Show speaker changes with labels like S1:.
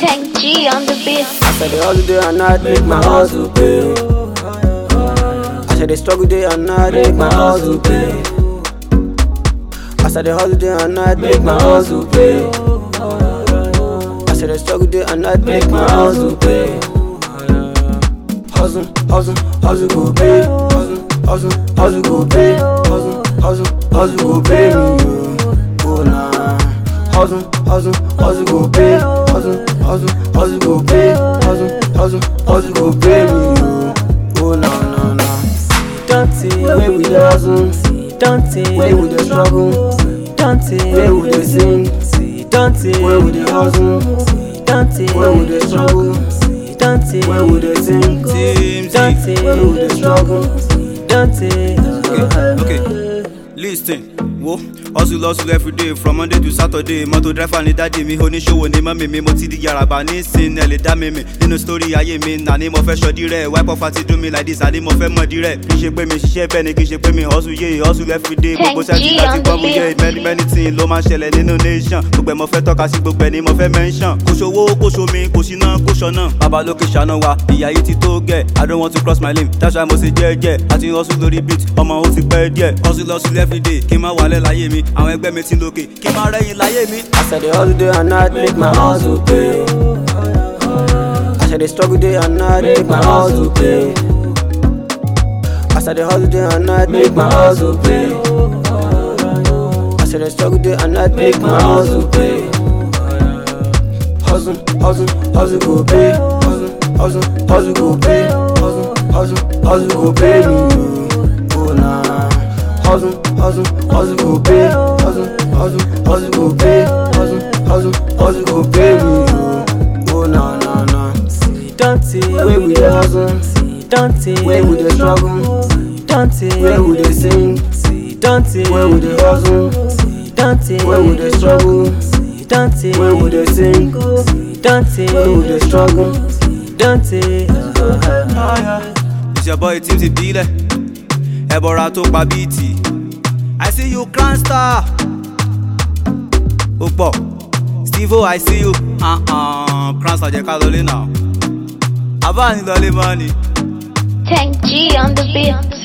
S1: Tank G on the beat.
S2: I said they hustle day and night, make my hustle pay. I said they struggle day and night, make my hustle pay. I said they hustle day and night, make my hustle pay. I said they struggle day and night, make my hustle pay. Hustle, hustle, hustle go pay. Hustle, hustle, hustle go pay. Hustle, hustle, hustle go pay me. Oh nah. Hustle, hustle, hustle go pay. Hustle, hustle, hustle go pay. Hustle, hustle, hustle go pay me. Oh nah nah nah.
S3: Dante,
S2: Where we dey hustle,
S3: Dante,
S2: where we dey struggle,
S3: Dante,
S2: where we dey sing,
S3: Dante,
S2: where we dey hustle,
S3: Dante,
S2: where we dey struggle,
S3: Dante,
S2: where we dey sing,
S3: Dante,
S2: where we dey struggle.
S3: Dante.
S4: okay, okay. Listen, wo. Hustle hustle every day from Monday to Saturday. Mọ́tò driver ni dádì mi, oníṣòwò ni mọ́mì mi. Mo ti di yàràbà nísìn, ẹ lè dá mi mì. Nínú sítórí ayé mi, nàní mo fẹ́ ṣọdí rẹ̀. Wipe off àti dùn mi like this, àní mo fẹ́ mọ̀dí rẹ̀. Kì í ṣe pé mi ṣiṣẹ́ bẹ́ẹ̀ ni kì í ṣe pé mi hustle yé. Hustle every day, gbogbo
S1: Thank
S4: sẹ́ẹ̀tì
S1: you,
S4: láti gbọ́
S1: Uncle
S4: mu yé.
S1: Bill.
S4: Many many things ló máa ń ṣẹlẹ̀ nínú nation. Gbogbo ẹ̀ mo fẹ́ tọ́ka sí gbogbo ẹ̀ ni mo fẹ́ mention. Kò ṣòwò, kò ṣomi, kò ṣiná, kò ṣọ̀nà. Bàbá lókè ṣàánú wa, ìyá yìí ti tó gẹ̀. I don't want to cross my lane, that's why mo ṣe jẹ́jẹ́. Àti hustle lórí beat, ọmọ ó ti pẹ́ díẹ̀. Hustle hustle everyday, kí n má wálẹ̀ láyé mi. Àwọn ẹgbẹ́ mi ti lókè, kí n má rẹ́yìn láyé mi.
S2: I said they hustle day and night, make my hustle pay. I said they struggle day and night, make my hustle pay. I said they hustle day and night, make my hustle pay. I said they struggle day and night, make my hustle pay. Hustle, hustle, hustle go pay. Hustle, hustle, hustle go pay. Hustle, hustle, hustle go pay me. Oh nah. Hustle, hustle, hustle go pay. Hustle, hustle, hustle go pay. Hustle, hustle, hustle go pay me. Oh nah nah nah.
S3: Dante,
S2: Where we dey hustle,
S3: Dante,
S2: where we dey struggle,
S3: Dante,
S2: where we dey sing,
S3: Dante,
S2: where we dey hustle,
S3: Dante,
S2: where we dey struggle,
S3: Dante,
S2: where we dey sing,
S3: Dante,
S2: where we dey struggle. Uh-huh.
S3: Dante.
S4: It's your boy Tim ti bílẹ̀, ẹ̀bọ̀ra tó pa bíìtì. I see you grand star. Ó pọ̀, Steve O, I see you. Uh -uh. Grand star jẹ́ ká lọlé náà. Àbá ni lọlé mọ́ ni.
S1: Tank G on the beat.